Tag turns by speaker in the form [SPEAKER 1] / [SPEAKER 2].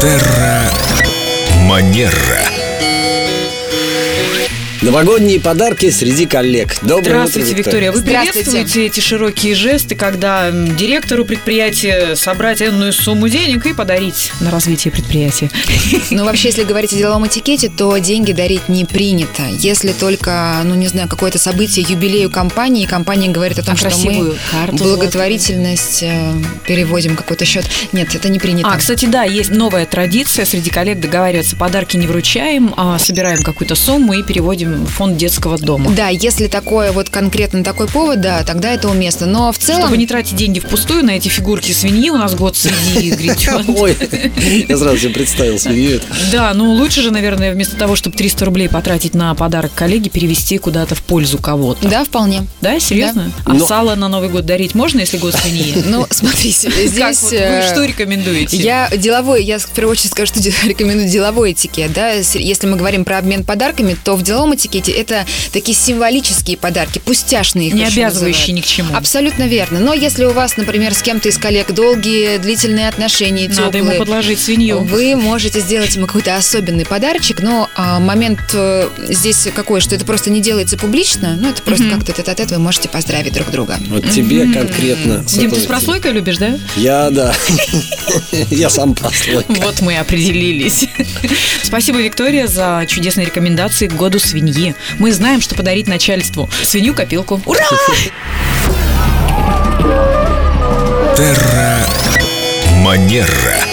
[SPEAKER 1] Терра Манера.
[SPEAKER 2] Новогодние подарки среди коллег. Доброе
[SPEAKER 3] Здравствуйте,
[SPEAKER 2] утро,
[SPEAKER 3] Виктория. Вы
[SPEAKER 4] Здравствуйте.
[SPEAKER 3] приветствуете эти широкие жесты, когда м, директору предприятия собрать энную сумму денег и подарить на развитие предприятия.
[SPEAKER 4] Ну, вообще, если говорить о деловом этикете, то деньги дарить не принято. Если только, ну, не знаю, какое-то событие, юбилей у компании, и компания говорит о том,
[SPEAKER 3] А
[SPEAKER 4] что
[SPEAKER 3] красивую
[SPEAKER 4] мы
[SPEAKER 3] карту
[SPEAKER 4] благотворительность э, переводим какой-то счет. Нет, это не принято.
[SPEAKER 3] А, кстати, да, есть новая традиция. Среди коллег договариваться, подарки не вручаем, а собираем какую-то сумму и переводим в фонд детского дома.
[SPEAKER 4] да, если такое вот конкретно такой повод, да, тогда это уместно. Но в целом...
[SPEAKER 3] Чтобы не тратить деньги впустую на эти фигурки свиньи, у нас год свиньи и гречёнки.
[SPEAKER 2] Ой, я сразу себе представил свинью. эту.
[SPEAKER 3] Да, ну лучше же, наверное, вместо того, чтобы 300 рублей потратить на подарок коллеге, перевести куда-то в пользу кого-то.
[SPEAKER 4] Да, вполне.
[SPEAKER 3] Да, серьезно? А
[SPEAKER 2] Но-
[SPEAKER 3] сало на Новый год дарить можно, если год свиньи?
[SPEAKER 4] Ну, смотрите,
[SPEAKER 3] Как
[SPEAKER 4] здесь...
[SPEAKER 3] вот вы
[SPEAKER 4] э,
[SPEAKER 3] что рекомендуете?
[SPEAKER 4] Я деловой, я в первую очередь скажу, что де- рекомендую деловой этикет, да, С- если мы говорим про обмен подарками, то в деловом этикете это такие символические подарки, пустяшные их
[SPEAKER 3] не
[SPEAKER 4] еще
[SPEAKER 3] обязывающий
[SPEAKER 4] называют.
[SPEAKER 3] ни к чему.
[SPEAKER 4] Абсолютно верно. Но если у вас, например, с кем-то из коллег долгие, длительные отношения,
[SPEAKER 3] Надо ему
[SPEAKER 4] теплые,
[SPEAKER 3] подложить свинью.
[SPEAKER 4] вы можете сделать ему какой-то особенный подарочек, но а, момент э, здесь какой, что это просто не делается публично, ну это просто
[SPEAKER 3] Мгм.
[SPEAKER 4] как-то тет-а-тет вы можете поздравить друг друга.
[SPEAKER 2] Вот тебе конкретно.
[SPEAKER 3] Дим, ты с
[SPEAKER 2] сотовый-
[SPEAKER 3] прослойкой любишь, да?
[SPEAKER 2] Я, да. Я сам прослой.
[SPEAKER 3] Вот мы и определились. Спасибо, Виктория, за чудесные рекомендации к году свиньи. Мы знаем, что подарить начальству. Свинью-копилку. Ура!
[SPEAKER 1] Терра Манера.